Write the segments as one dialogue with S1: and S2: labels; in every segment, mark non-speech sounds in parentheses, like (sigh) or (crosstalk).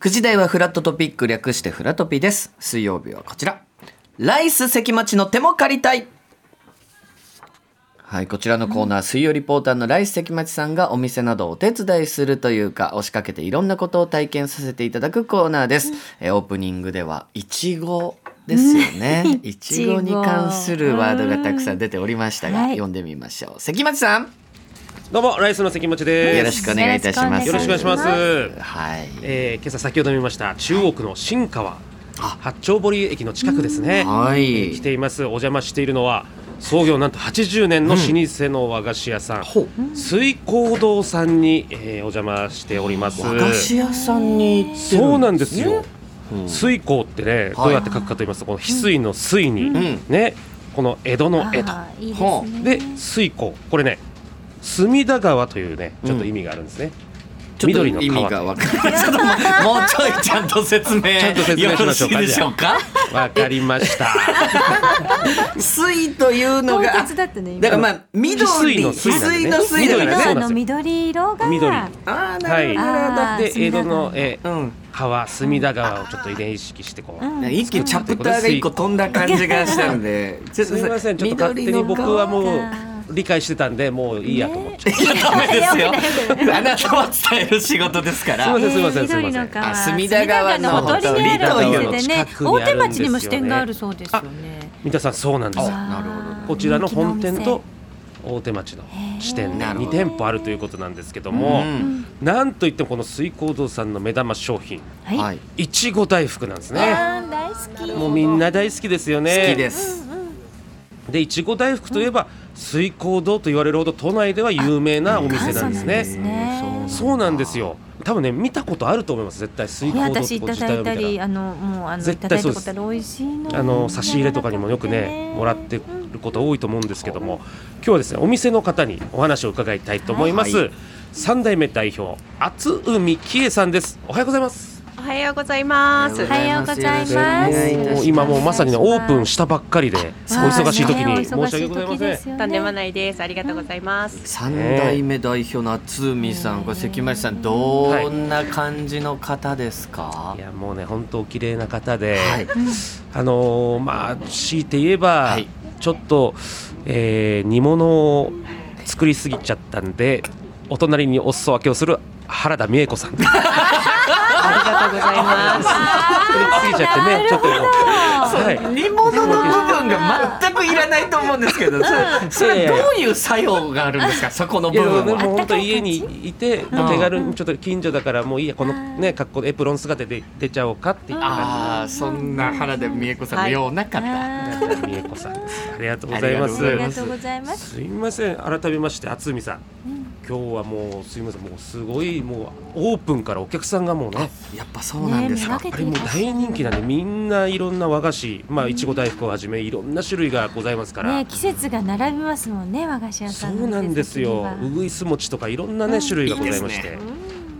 S1: 9時台はフラットトピック略してフラトピです水曜日はこちらライス関町の手も借りたいはい、こちらのコーナー、水曜リポーターのライス関町さんがお店などお手伝いするというか、押しかけていろんなことを体験させていただくコーナーです。えーオープニングでは、いちごですよ
S2: (laughs)
S1: ね。いちごに関するワードがたくさん出ておりましたが、
S3: はい
S1: 読んでみましょう。関町さん、
S2: どうもライスの関町です
S1: よろしくお願いいたします。
S2: よろしくお願いします
S1: はい。
S2: えー今朝先ほど見ました中央区の新川八丁堀駅の近くですね、
S1: はい
S2: えー来ていますお邪魔しているのは創業なんと80年の老舗の和菓子屋さん、
S1: ほう。
S2: 水光堂さんに、えーお邪魔しております
S1: 和菓子屋さんに行ってる
S2: そうなんですよ、
S1: ん
S2: 水光ってねどうやって書くかと言いますとこの翡翠の水に、
S1: ん
S2: ねこの江戸の江と
S3: あーいい
S1: ほ
S3: ですね。
S2: で水光これね隅田川というねちょっと意味があるんですね、
S1: ちょっと
S2: 緑の
S1: 意味
S2: 川
S1: がわからない。ちょっともうもうちょいちゃんと説明
S2: ちゃんと説明しましょうか
S1: よろしいでしょうか。
S2: わかりました。
S1: 水というの
S3: 凍
S1: が
S3: 結だったね。
S1: だからまあ緑
S2: 翡翠の水なんで
S1: 翡翠の
S2: ね
S1: 水だからね
S2: 緑そう
S3: あ
S2: なんですよ
S3: の緑色が
S2: 緑
S1: ああ
S2: は。
S1: ないる
S3: あー
S2: で江
S3: 隅田
S2: 戸
S3: 川
S2: のえ
S1: ほど、うん
S2: 川隅田川をちょっと遺伝意識してこう。
S3: うん
S1: なんか一気にチャプターが一個飛んだ感じがしたのでちょっと
S2: すみません、ちょっと勝手に僕はも
S3: 緑
S2: う
S3: の川
S2: 理解してたんで、もういいやと思っちゃう。
S1: いやダメですよ
S3: いやいやい
S1: あなたは伝える仕事ですか
S2: すい
S1: ら
S2: ませんすいませんすいませ
S3: 緑
S2: ん
S3: の川
S1: あ隅田川の
S3: 隅田川のほとりにあるお店でね
S2: 隅田川の近くにあ
S3: 大
S2: る
S3: 手
S2: んですよね
S3: 町にも支店があるそうですよね
S2: (laughs) 三田さん、そうなんですよ。
S1: なるほどね
S2: こちらの本店
S3: 人気の
S2: と大手町の支店で
S1: へー
S2: 2店舗あるということなんですけど
S1: う
S2: も、
S1: ん、
S2: なんといってもこの水光堂さんの目玉商品、
S3: お店はい
S2: いちご大福なんです
S3: い
S2: ね。
S3: あー大好き
S2: もうみんな大好きですよね。
S1: 好きです、
S2: でいちご大福といえば水光堂と言われるほど都内では有名なお店なんです
S3: あ
S2: ね
S3: 元祖なんですね
S2: そうなんですよ多分ね見たことあると思います絶対水
S3: いや
S2: 光堂
S3: 私
S2: と
S3: い
S2: こ
S3: た
S2: 自
S3: だ
S2: 体を
S3: いた
S2: 見
S3: り
S2: たら
S3: あのもうあの
S2: 絶対
S3: いただい
S2: そう
S3: た
S2: で
S3: こ
S2: す
S3: とある美味しいの
S2: あの差し入れとかにもよくねもらってること多いと思うんですけども今日はですねお店の方にお話を伺いたいと思います、
S1: はい
S2: 三代目代表厚海紀恵さんですおはようございます
S4: おはようございます。
S3: はようございます
S1: よろしくお願いいたし
S2: も
S1: ま
S2: う
S1: す
S2: 今もうまさにね
S3: お
S2: オ
S3: 願いしま
S2: ー
S3: す
S2: プンしたばっかりでお忙しい時に申し訳ございません
S3: ん
S4: とんでもないです。ありがとうございます。
S1: 三代目代表の厚海さん、これ関町さんどんな感じの方ですか
S2: い、やもうね本当お綺麗な方で、
S1: はい
S2: あのーまあ強いて言えば、
S1: はい
S2: ちょっと、えー煮物を作りすぎちゃったんでお隣にお裾分けをする原田美恵子
S1: (laughs)
S2: さん作り
S4: ありがとうございます。
S2: すぎちゃってねちょっともうはい
S1: 煮物の部分が全くいらないと思うんですけ (laughs) ど、それそれどういう作用があるん (laughs) ですか、そこの
S2: い
S1: 部
S2: やで
S1: 分
S2: も
S1: は。
S2: 本当家にいて
S1: ん
S2: もう手軽にちょっと近所だからもういいやこのね格好でエプロン姿で出ちゃおうかって言った感
S1: ああ、そんな原田美恵子さんのような方。
S2: じ原田美恵子さんですありがとうござい
S1: あ
S2: ま
S1: り
S2: す
S1: がとうござい
S3: あ
S1: ま
S3: りがとうございます
S2: すいません改めまして渥美さん、今日はもうすいませんもうすごいもうオープンからお客さんがもうね
S1: やっぱそうなんですか。
S3: ねえ見分け
S2: あれもう大人気なんでみんないろんな和菓子まあいちご大福をはじめいろんな種類がございますから、
S3: ね季節が並びますもんね和菓子屋
S2: そ
S3: さん
S2: うなんですようぐいす餅とかいろんなね種類がございまして、
S1: いいで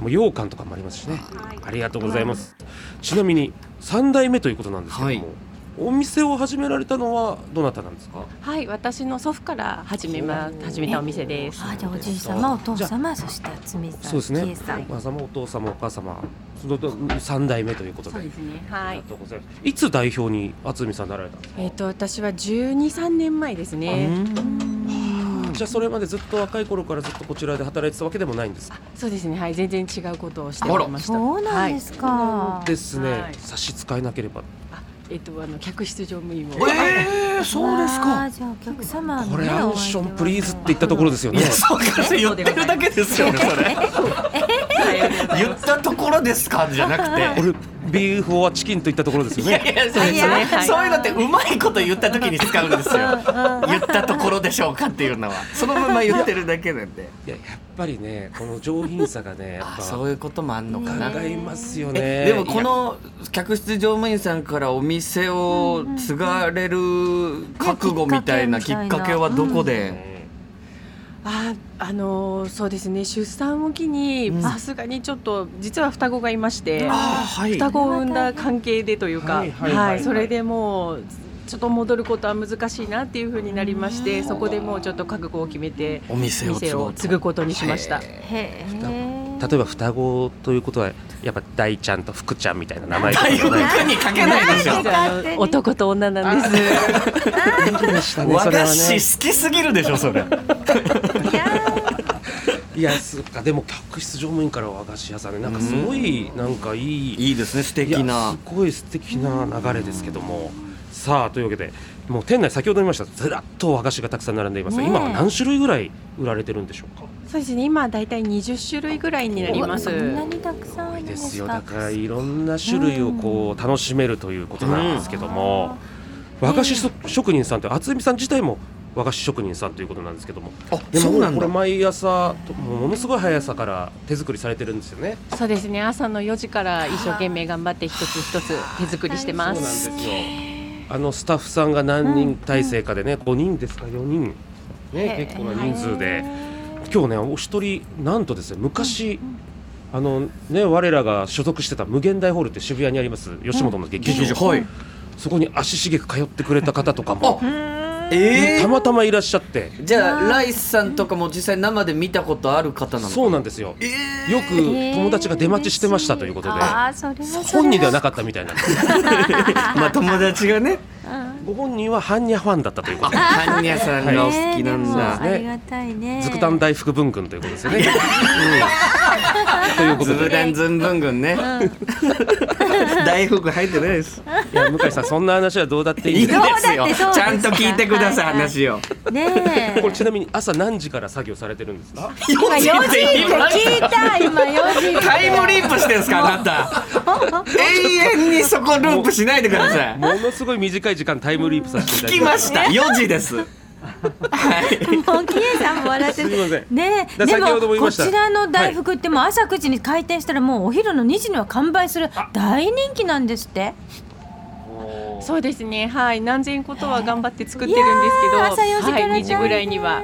S2: もう羊羹とかもありますしねありがとうございます、ちなみに3代目ということなんですけども、
S1: はい
S2: お店を始められたのはどなたなんですか
S4: はい、私の祖父から始めます。始めたお店です。
S3: あじゃあおじい様お父様そして厚みさん
S2: そうですね
S3: 喜恵さん。
S2: お母様、お父様、お母様、その三代目ということで。
S4: そうですね。
S2: あ
S4: は
S2: りが
S4: い。
S2: とうございます。いつ代表に渥美さんなられたんですか。
S4: えっ、と私は12、3年前ですね。
S2: じゃあそれまでずっと若い頃からずっとこちらで働いてたわけでもないんですか。
S4: そうですね。はい、全然違うことをしておりました。
S3: そうなんですか。
S2: ですね、
S4: はい
S2: 差し支えなければ。
S4: はい。えっ、とあの客室乗務員を。
S1: ええ、そうです
S3: わ
S1: か。
S3: あ。じゃあお客様のね
S2: これアンションプリーズって言ったところですよ
S1: い
S2: ね。
S1: や、そうか、それ言ってるだけですよね、そ (laughs) れ。言ったところですかじゃなくて。
S2: これビーフオアチキンと言ったところですよ
S1: いや
S2: ね。
S1: いや、そう
S4: そうですねはい
S1: そういうのってうまいこと言った時に使うんですよ。言ったところでしょうかっていうのは、そのまま言ってるだけなんで。
S2: いややっぱりねこの上品さがねやっ
S1: あ、
S2: ぱ
S1: そ
S2: 考
S1: ういうこともあんのかな。
S2: えますよね。
S1: えでもこの客室乗務員さんからお店を継がれる覚悟みたいなきっかけはどこ
S2: いや。
S1: で、
S4: ああのーそうですね出産を機に
S1: うん
S4: さすがにちょっと実は双子がいまして
S1: あーはい
S4: 双子を産んだ関係でというか
S2: はいはいはいはい
S4: はいそれでもうちょっと戻ることは難しいなっていうふうになりましてそこでもうちょっと覚悟を決めて
S1: お店を継
S4: 店
S1: ご
S4: を
S1: うと
S4: 継ぐことにしました
S1: へ
S3: へえ。
S2: 例えば双子ということはやっぱ大ちゃんと福ちゃんみたいな名前とか
S1: 大
S2: じゃ
S1: 福
S2: ない
S1: にかけないでしょ
S3: なんで勝手に
S4: 男と女なんです。
S2: でしたね
S1: 和
S2: それは
S1: 菓
S2: ね
S1: 子好きすぎるでしょそれ
S3: いや
S2: いやそっかでも客室乗務員から和菓子屋さんでなんかすごいなんかいい
S1: いいですね素敵
S2: いや
S1: な
S2: すごい素敵な流れですけども、さあというわけでもう店内先ほど見ましたずらっと和菓子がたくさん並んでいますが、
S3: ねえ
S2: 今は何種類ぐらい売られてるんでしょうか
S4: そうですね。今だいたい20種類ぐらいになり
S3: ー
S4: ま
S3: そ
S4: す。
S3: んなにたくさんあるん
S2: で
S3: ですす
S2: よ
S3: か
S2: だからいろんな種類をこう楽しめるということなんですけども、
S3: うん
S2: 和菓子そ職人さんって渥美さん自体も和菓子職人さんということなんですけども
S1: あ
S2: で
S1: そうな
S2: も
S1: ん
S2: こ
S1: だ
S2: れ毎朝もうものすごい速さから手作りされてるんですよね
S4: そうですね。朝の4時から一生懸命頑張って一つ一つ手作りして
S2: そう
S4: ま。
S2: なんですすよあのスタッフさんが何人体制かでね、5人ですか4人ね
S4: へえ
S2: 結構な人数で今日ねお一人なんとですね昔、あのね我らが所属してた無限大ホールって渋谷にあります吉本の劇場、
S1: 劇場はい
S2: そこに足しげく通ってくれた方とかも、
S1: え
S2: た
S1: ー
S2: またまいらっしゃって
S1: じゃあライスさんとかも実際生で見たことある方なの
S3: (laughs)
S2: そう
S1: な
S2: なんですよ
S1: えー
S2: よく友達が出待ちしてましたということで、
S3: ああそれはそれは
S2: 本人ではなかったみたいなんです
S1: まあ友達がね
S2: ご本人は般若ファンだったということで
S1: ハンニャさんがお好きなん
S3: ねえでも
S1: だ、
S3: ありがたいね。
S2: ずくたん大福文軍ということですよね。うんというこ
S1: ズ
S2: と
S1: ブ
S2: で、
S1: ダンズンブングンね、 (laughs) 大福入ってない
S3: (laughs)
S1: です
S2: いや向井さん、そんな話はどうだってい
S1: い
S2: い
S1: い
S2: ん
S1: で
S2: です
S3: どうだってそう
S1: よ
S3: ですか
S1: ちゃんと聞いてください、
S3: はいはい
S1: 話 (laughs) を
S3: ね
S2: (laughs)
S3: え。
S2: これちなみに朝何時から作業されてるんですか。
S3: 今
S2: (laughs)
S3: 四時って聞いた。今四時。
S1: タイムリープしてんすかあなた永遠にそこループしないでください
S2: ものすごい短い時間タイムリープさせて
S1: 聞
S2: いただ
S1: き
S2: きま
S1: ま
S2: し
S1: した4時
S3: (laughs)
S1: ですはい
S3: もうキエさんも笑っ
S2: (laughs)
S3: て
S2: すいません
S3: ねえ
S2: だ
S3: で
S2: 先ほども言
S3: も
S2: いま
S3: こ
S2: した
S3: ちらの大福ってもう朝9時に開店したらもうお昼の2時には完売する大人気なんですって
S4: そうですね。はい。何千ことは頑張って作って
S3: い
S4: る
S3: や
S4: んですけど、
S3: ー朝4時
S4: は
S3: から
S4: い。2時ぐらいには。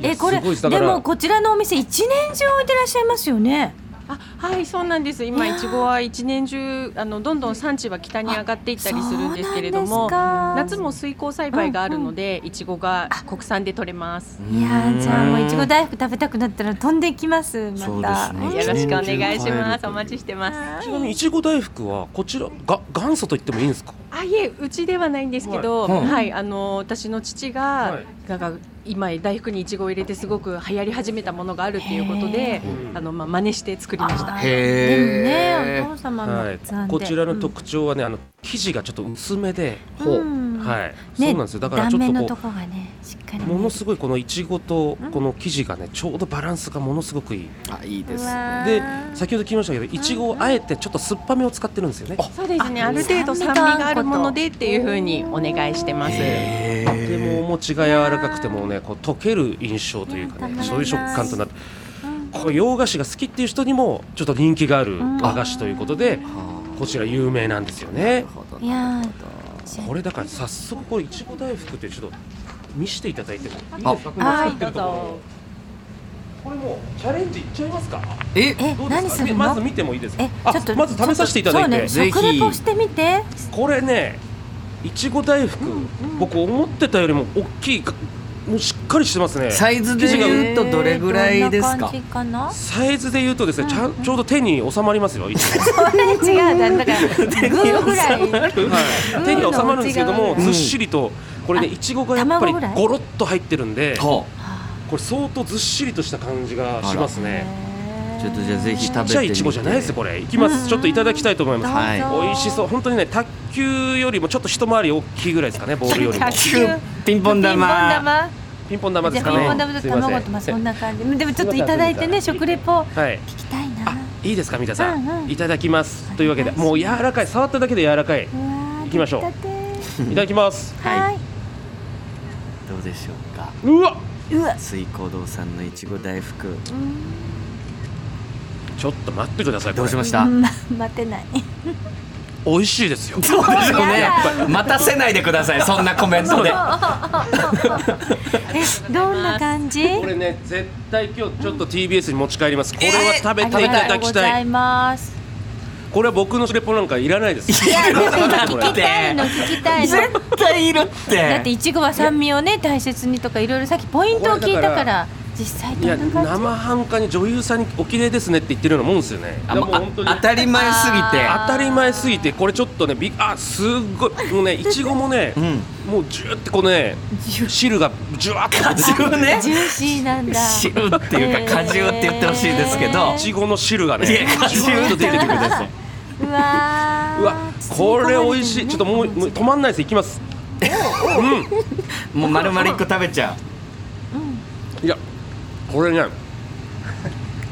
S2: いや
S3: えこれ
S2: すごいですだか
S3: で
S2: ら
S3: もこちらのお店一年中置いてらっしゃいますよね
S4: あはいそうなんです今いちごは一年中あのどんどん産地は北に上がっていったりするんですけれども
S3: そうなんです
S4: 夏
S3: か
S4: も水耕栽培があるので、いちごが国産で取れます
S3: いやーじゃあもういちご大福食べたくなったら飛んできますまた
S1: そうですね
S3: ん
S1: ん
S4: よろしくお願いし
S1: 一年中買える
S4: ま
S1: と
S4: す
S1: い
S4: お
S1: う
S4: 待ちしてます
S2: ちなみにいちご大福はこちらが元祖と言ってもいいんですか。
S4: あいえうちではないんですけど、
S1: はい
S4: は
S1: はいい
S4: あの私の父が、
S2: はい
S4: がが今大福にいちごを入れてすごく流行り始めたものがあるっていうことであのまあ真似して作りました
S3: あー
S1: へー
S3: でもねお父様も
S2: はい
S3: 刻ん。で
S2: こちらの特徴はね、あの生地がちょっと薄めで、
S1: 徴
S3: うん
S2: はい。そう
S3: ね
S2: なんですよ。だからちょ
S3: 断面
S2: っ
S3: の
S2: と
S3: と
S2: こ
S3: こがねしっかり
S2: う
S3: ね
S2: ものすごいこのいちごとこの生地がね、ちょうどバランスがものすごくいい。
S1: あいいです
S3: う
S1: ね
S3: わ
S2: で
S3: ー
S2: 先ほど聞きましたけどいちごをあえてちょっと酸っぱめを使ってるんですよね。
S4: そうですねある程度酸味があるものでっていうふうにお願いしてます、
S1: へ
S2: でもお餅が柔らかくてもねこう溶ける印象というか
S3: いやたまら
S2: ね
S3: ない
S2: そういう食感となってこう洋菓子が好きっていう人にもちょっと人気がある
S3: ん
S2: 和菓子ということでこちら有名なんですよね
S3: いや
S2: これだから早速これいちご大福ってちょっと見せていただいてもいい
S1: あ
S2: ですか
S3: はい
S2: これ今使ってるところこれもうチャレンジいっちゃいますか
S1: え
S3: え
S2: どうです
S3: 何
S2: か
S3: するの
S2: まず見てもいいですか
S3: え
S2: あ
S3: ちょっと
S2: まず食べさせていただいて
S3: ちょっとそう
S1: ぜ
S3: ね
S1: ひ
S3: 食レポしてみて
S2: これねいちご大福僕思ってたよりも大きいかもうしっかりしてますね
S1: サイズで言うとどれぐらいです
S3: どんな
S1: か
S3: 感じかな
S2: サイズで言うとですね、ちゃんちょうど手に収まりますよ、一応
S3: それ違うだだからグーぐらい
S2: はい手に収まるんですけども、
S1: うん
S2: ずっしりと、これね、いちごがやっぱり
S3: 卵ぐらい
S2: ゴロっと入ってるんで、
S1: ほ
S2: こ
S1: う
S2: れ、相当ずっしりとした感じがしますね。
S1: ちょっとじゃあぜひ食べてみ
S2: ちってちゃいいちごじゃないですよ、これ、いきます、ちょっといただきたいと思います。
S1: はい
S2: 美味しそう、本当にね、卓球よりもちょっと一回り大きいぐらいですかね、ボールより
S3: (laughs)
S2: も。
S1: キューピンポン
S3: ピンポン
S1: 玉
S3: 玉
S2: ピンポン玉
S3: じ
S2: で
S3: ゃ
S2: す
S3: あ
S2: か
S3: ピンポン
S2: ね。すいません
S3: 玉と卵とまあそんな感じでもちょっといただいてね食レポ
S2: はい、
S3: 聞きたい
S2: あ
S3: な、
S2: いいですか、三田さ、
S3: うんうんん
S2: いただきます。というわけで、
S3: お願いしま
S2: もう
S3: す
S2: 柔らかい、触っただけで柔らかい、い
S3: 行
S2: 行きましょうただきます。
S3: は
S1: はいどうでしょうか
S2: うわ、
S3: うわ
S1: 水光堂さんのいちご大福
S2: ちょっと待ってください。こ
S1: どう
S2: れ
S1: しました
S3: ま待てない
S2: 美味しいですよ。
S1: そうでしょうね待たせないでくださいそんなコメントで
S3: えどんな感じ
S2: これね絶対今日ちょっと TBS に持ち帰りますこれは食べ
S3: ありが
S2: ていた
S3: と
S2: だ
S3: うご
S2: き
S3: ざ
S2: たい
S3: います
S2: これは僕のレポなんかいらないです
S1: いやいや
S2: こ
S3: 聞き
S2: れ
S3: たいの聞きたいの
S1: 絶対いるって
S3: だっていちごは酸味をね大切にとかいろいろさっきポイントを聞いたから実際
S2: い
S3: ど
S2: や
S3: んな感じ
S2: 生半可に女優さんにお綺麗ですねって言ってるようなもんですよね。
S1: あ
S2: で
S1: も
S2: も
S1: う
S2: う本当に
S1: あ当たり前すぎて
S3: あ
S2: 当たり前すぎてこれちょっとねびあすっごいもう
S3: (laughs)
S2: ねいちごもね、
S1: うん
S2: もうジューってこうね汁がジュ
S1: (laughs)
S2: ワッと出てくる
S1: 汁ね
S3: ジューシーなんだ
S1: 汁っていうか果汁って言ってほしいですけど
S2: いちごの汁がね
S1: いや果
S2: ジュワ
S1: 汁
S2: ッ
S1: って
S2: と
S1: 言
S2: 出
S1: ってく
S2: てくる
S1: ださいう
S3: わー
S2: うわこれ美味しいちょっともうもう止まんないですいきますう
S1: もう丸々一個食べちゃ
S2: んいやこれね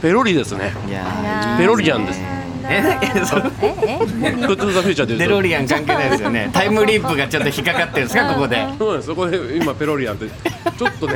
S2: ペロリですね
S1: うい
S3: あら
S1: や
S3: ー
S2: ペロリじゃんです
S1: え (laughs) えそう
S3: ええ何
S2: トゥートゥーザフューチャーで
S1: デロリアン関係ないですよね (laughs) タイムリープがちょっと引っかかってるんですかここで
S2: そうなんですそこで今ペロリアンってちょっとね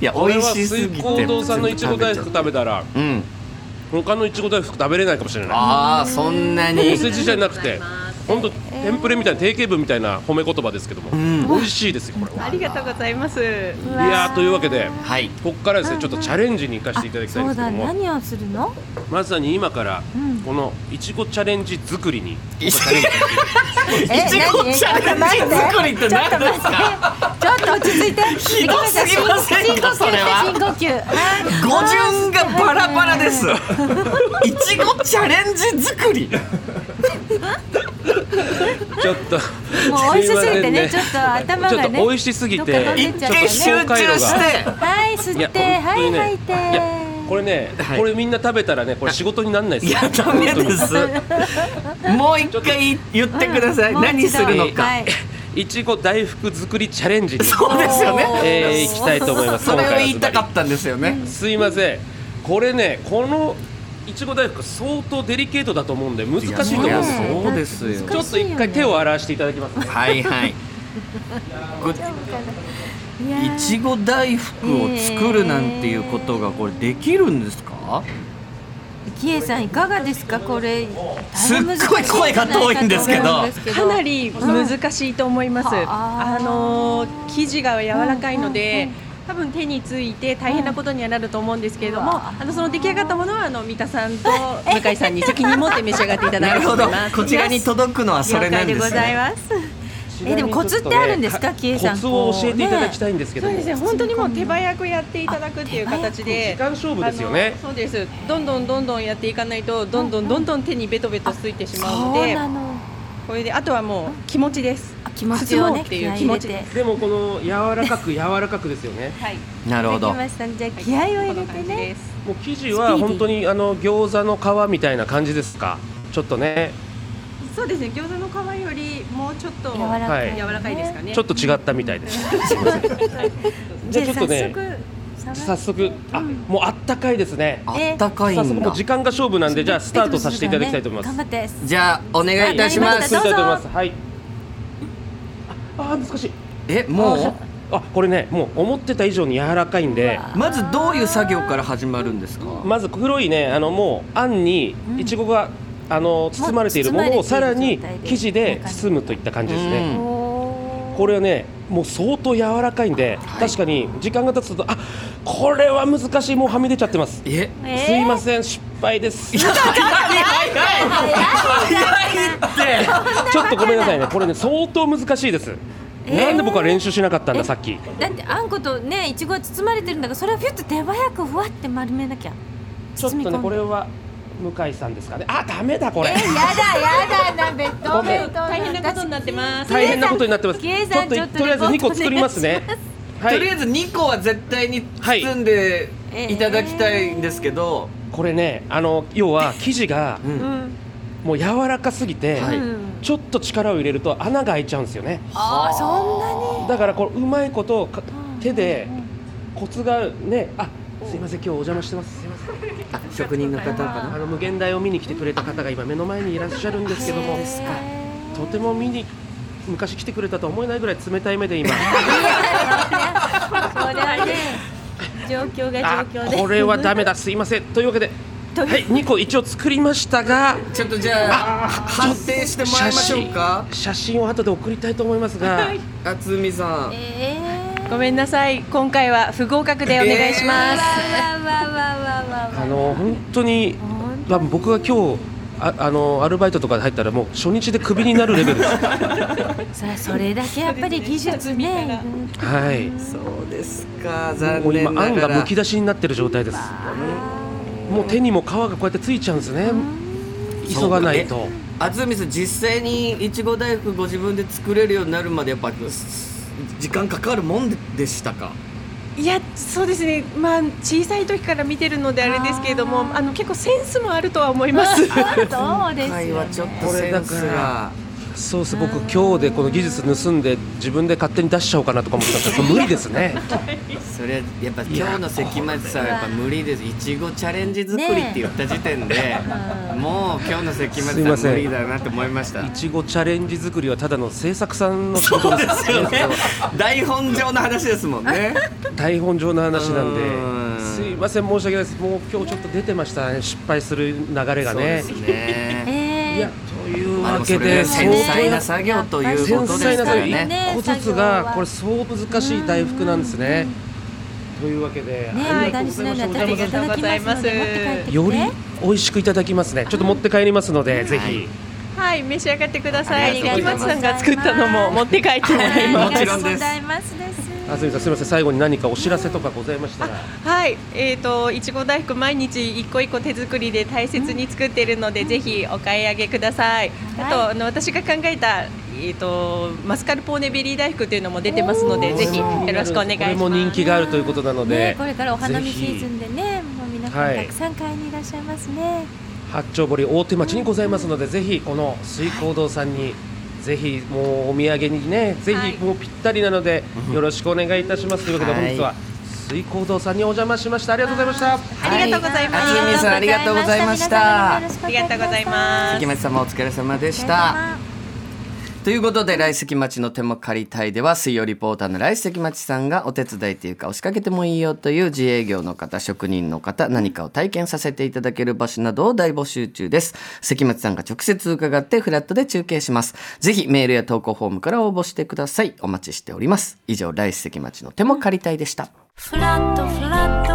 S1: いや
S2: これ
S1: 美味
S2: は
S1: しすぎて
S2: 水光堂さんのいちご大福
S1: 全部
S2: 食べた
S1: べ
S2: ら
S1: ちゃううん
S2: 他のいちご大福食べれないかもしれない
S1: ああそんな
S2: お
S1: に
S2: 世辞じゃなくて本当テンプレみたいな定型文みたいな褒め言葉ですけども、
S1: ん
S2: 美味しいですよこれは
S4: ありがとうございます。
S3: う
S2: い
S3: わ
S2: やーというわけで
S1: はい
S2: ここからですねちょっとチャレンジに行かせていただきたいん
S3: あそ
S2: で
S3: う
S2: すけど (laughs) も
S3: だ何をするの
S2: まさに今から
S3: うん
S2: このいちごチャレンジ作りに
S1: いちごチャレンジ作りって
S3: ちょっと
S1: 何で
S3: 待っ
S1: す
S3: て
S1: か
S3: ちょっと落ち着いて
S1: ひどすぎませんかそれは
S3: 深呼吸深呼吸はい
S1: 語順がバラバラ
S2: (laughs)
S1: ですいちごチャレンジ作り
S2: ちょっと
S3: もう美味しすぎてね
S2: す
S3: ちょ
S2: い
S3: っと頭
S2: ませんねち
S3: がね
S2: ょっと美味しすぎ
S3: どっか飛
S2: て
S3: んで
S1: 一
S3: っちゃ
S1: 回集中して
S3: はい
S2: い
S3: 吸
S2: や
S3: っては
S2: 本
S3: い
S2: 当にね
S3: 吐いて
S2: いやこれね
S1: はい
S2: これみんな食べたらねこれ仕事にならないで
S1: い
S2: すよ
S1: やダメで
S2: 本
S1: すもう一回言ってください、
S3: もう一度
S1: 何するのか、
S3: はい
S2: 当にいちご大福作りチャレンジに
S1: そうですよね
S2: えー行きたいと思います
S1: それを言い
S2: 今回はズバ
S1: た
S2: リ
S1: かったんですよね、
S2: すいませんこれねこのいちご大福相当デリケートだと思うんで難しいと思うんです
S1: いや
S2: よ
S1: そうですよ
S2: ちょっと一回手を洗わせていただきますね
S1: はいはい
S3: (laughs)
S1: こ
S3: いや
S1: いちご大福を作るなんていうことがこれできるんですか
S3: キエさんいかがですかこれ
S1: すっごい声が遠いんですけど
S4: かなり難しいと思います。
S3: うん
S4: あのー生地が柔らかいので。多分手について大変なことにはなると思うんですけれど
S3: うんう
S4: も、
S3: わ
S4: あのその出来上がったものはあの三田さんと向井さんに責任持って召し上がっていただき
S1: なる
S4: たいと思
S1: ほど
S4: います。
S1: こちらに届くのはそれなんで
S3: 了解でご
S1: す
S3: ざい
S1: ね
S3: ますえでもコツってあるんですかキエさん
S2: コツを教えていただきたいんですけど
S4: そう
S2: も、
S4: ですね、本当にもう手早くやっていただくっていう形で。
S2: 時間勝負ですよね
S4: あのそうです。どんどんどんどんやっていかないと、どんどんどんどん手にベトベトついてしまうの
S3: そう
S4: で、
S3: なの
S4: これであとはもう気持ちです。
S3: あ気持ちを
S4: 包もう
S3: ね
S4: って
S3: 気
S4: い
S3: 合
S4: う
S3: い
S4: 気
S3: 入
S4: 持
S3: れ
S4: ち
S3: て
S4: で
S2: でもこの柔らかく柔らかくですよね
S4: はい。
S1: なるほど
S3: できましたねじゃあ気合を入れてね
S2: もう生地は本当にあの餃子の皮みたいな感じですかちょっとね
S4: そうですね、餃子の皮よりもうちょっと
S3: 柔らかい、
S2: はい
S4: 柔らかいですかね。
S2: ちょっと違ったみたいです
S3: じ
S2: じ
S3: ゃ
S2: ゃ
S3: あ
S2: あ
S3: ち
S2: ちょ
S3: ょっ
S2: っ
S3: と
S2: と
S3: ね
S2: ね早速あもうあったかいですね
S1: あったかい
S2: 早速
S1: ん
S2: もう
S1: だ
S2: 時間が勝負なんでじゃあスタートさせていただきたいと思います
S3: 頑張って
S1: じゃあお願いいたしま
S3: はい
S1: す
S3: どうぞ
S2: はい。ああー難しい。
S1: えも
S2: あこれねもう思ってた以上に柔らかいんで。
S1: うまずどういう作業から始まるんですか
S2: まず黒いねあのもうあんにいちごが、あの包まれているもの
S3: もう
S2: をさ
S3: 包ま
S2: ら
S3: れてい
S2: に
S3: る状態で
S2: 生地で包むといった感じですね。これ
S3: れ
S2: はねもう相当柔らかいんで、確かに時間が経つとあこれは難しいもうはみ出ちゃってます。
S1: え
S3: えー
S2: すいません失敗 (laughs) です。ちょっとごめんなさいねこれね相当難しいです。なんで僕は練習しなかったんださっき。
S3: だってあんことねいちごは包まれてるんだからそれはピュッと手早くふわって丸めなきゃ
S2: ちょっと
S3: 包み込ん
S2: ね
S3: で
S2: これは向井さんですかね。あダメだこれ。
S3: やだやだなベト
S2: ごめん
S4: 大変なことになってます。
S2: 大変なことになってます。
S3: キエさん
S2: ちょっととりあえず2
S3: ちょっとリポートお願いしま
S2: 個
S3: す
S2: 作りますね。は
S1: とりあえ
S2: い。
S1: ず2個は絶対に包んでいただきたいんですけど、
S2: これねあの要は生地が
S1: うん
S3: うん
S2: もう柔らかすぎて、
S1: はい
S3: うん
S2: ちょっと力を入れると穴が開いちゃうんですよね。
S3: ああそ
S2: だからこれうまいことか
S3: んなに
S2: 手でコツがねあすいません今日お邪魔してます。すいません。
S1: あ職人の方か
S2: あ
S1: な
S2: の無限大を見に来てくれた方が今目の前にいらっしゃるんですけども、とても見に昔来てくれたとは思えないぐらい冷たい目で今。
S3: これはね状況が
S2: あ
S3: 状況で
S2: これはダメだすいませんというわけではい2個一応作りましたが
S1: ちょっとじゃあ判定してもらいましょうか
S2: 写真を後で送りたいと思いますが
S1: 渥美さん
S3: えー
S4: ごめんなさい、今回は不合格でお願いします。
S3: わわわわわわわ
S2: あの本当に
S3: 本当
S2: まあ僕が今日ああのアルバイトとかで入ったらもう初日でクビになるレ (laughs) ベルです
S3: さあそれだけやっぱり技術ね
S2: はい
S1: そうですか
S2: も
S1: 残
S2: う今
S1: 念な
S2: 案
S1: が
S2: が
S1: ら
S2: むき出しになってる状態ですもう手にも皮がこうやってついちゃうんですね急がないと
S1: 安住さん実際にいちご大福ご自分で作れるようになるまでやっぱす時間かかるもんででしたか
S4: いやそうですね、まあ、小さい時から見てるのであれですけれども
S3: あー
S4: あの結構センスもあるとは思います。
S3: そうですよ、ね、
S1: 今回はちょっと
S2: こ
S1: セ
S2: れだ
S1: ン
S2: か
S1: ス
S2: ら
S1: が
S2: そうです僕今日でこの技術盗んで自分で勝手に出しちゃおうかなとか思ったんですけど無理です (laughs) ね
S1: それはやっぱ今日の関町さんはやっぱ無理ですいちごチャレンジ作りって言った時点で、
S3: うん
S1: もう今日の関
S2: すい
S1: 町
S2: ま
S1: さ
S2: せ
S1: ん
S2: ん
S1: 無理だなって思いました
S2: いちごチャレンジ作りはただの制作さんの仕事です
S1: そうですよね (laughs) 台本上の話ですもんね
S2: 台本上の話なん
S1: うーん
S2: で、すいません、申し訳ないです、もう今日ちょっと出てましたね、失敗する流れがね。
S1: そうですね
S2: いや
S3: え、
S2: という
S1: まあ、
S2: わ
S1: でも
S2: け
S1: それ
S2: で、
S1: が繊細な
S2: 相
S1: 作業という
S2: 当
S1: こと
S2: 繊
S1: で
S2: 細
S1: す
S2: な
S1: か
S2: 作
S1: ら
S2: 業、
S1: ね
S2: 一
S3: ね
S2: 個ずつ
S3: 作業
S2: が
S3: は、
S2: これ、そう難しい大福なんですね。というわけで、
S3: ー、ね
S2: あ
S3: 無
S2: りが
S3: 駄
S2: とう
S3: に
S2: ござ
S3: し
S2: い
S3: ない
S2: ま
S3: よ
S4: ありがとうございます
S2: した
S3: うに私いただきま
S4: す
S3: ので持って帰ってきて
S2: より美味しくいただきますね、ちょっと持って帰りますので、ぜひ。
S4: はい、召し上がってくださ
S1: あ
S4: い。
S1: りがと
S4: 関
S1: うござい
S4: 町さん
S1: ます
S4: が作ったのも持って帰ってもらい
S1: は
S4: ます。
S1: いもちろんです
S3: ありがとうございますです
S2: 安住さん、すみません、最後に何かお知らせとかございましたら。
S4: はい、えっ、といちご大福毎日一個一個手作りで大切に作っているので、ぜひお買い上げください。
S3: はい
S4: あとあの私が考えたえっ、とマスカルポーネベリー大福というのも出てますので、ぜひよろしくお願いし
S2: これも
S4: ま
S2: 人
S4: す。
S2: 気があるということなので。
S3: ね、これからお花見
S2: ぜ
S3: シ
S2: ひ
S3: ーズンでねもう皆さ
S2: は
S3: ん
S2: い
S3: たくさん買いにいらっしゃいますね、
S2: 八丁堀大手町にございますので、ぜひこの水光堂さんに、ぜひもうお土産にね、ぜ
S4: はい
S2: ひもうぴったりなので、よろしくお願いいたしますというわけで、
S1: はい
S2: 本日は水光堂さんにお邪魔しました。ありがとうございました。
S4: ありがとうございます。
S1: はい安住さんありがとうございました
S4: ありがとうござい
S3: す
S4: ま
S1: 関
S4: す。
S1: 町様お疲れ様でしたということで来関町の手も借りたいでは水曜リポーターの来関町さんがお手伝いというか押しかけてもいいよという自営業の方職人の方何かを体験させていただける場所などを大募集中です関町さんが直接伺ってフラットで中継しますぜひメールや投稿フォームから応募してくださいお待ちしております以上来関町の手も借りたいでした
S5: フラットフラット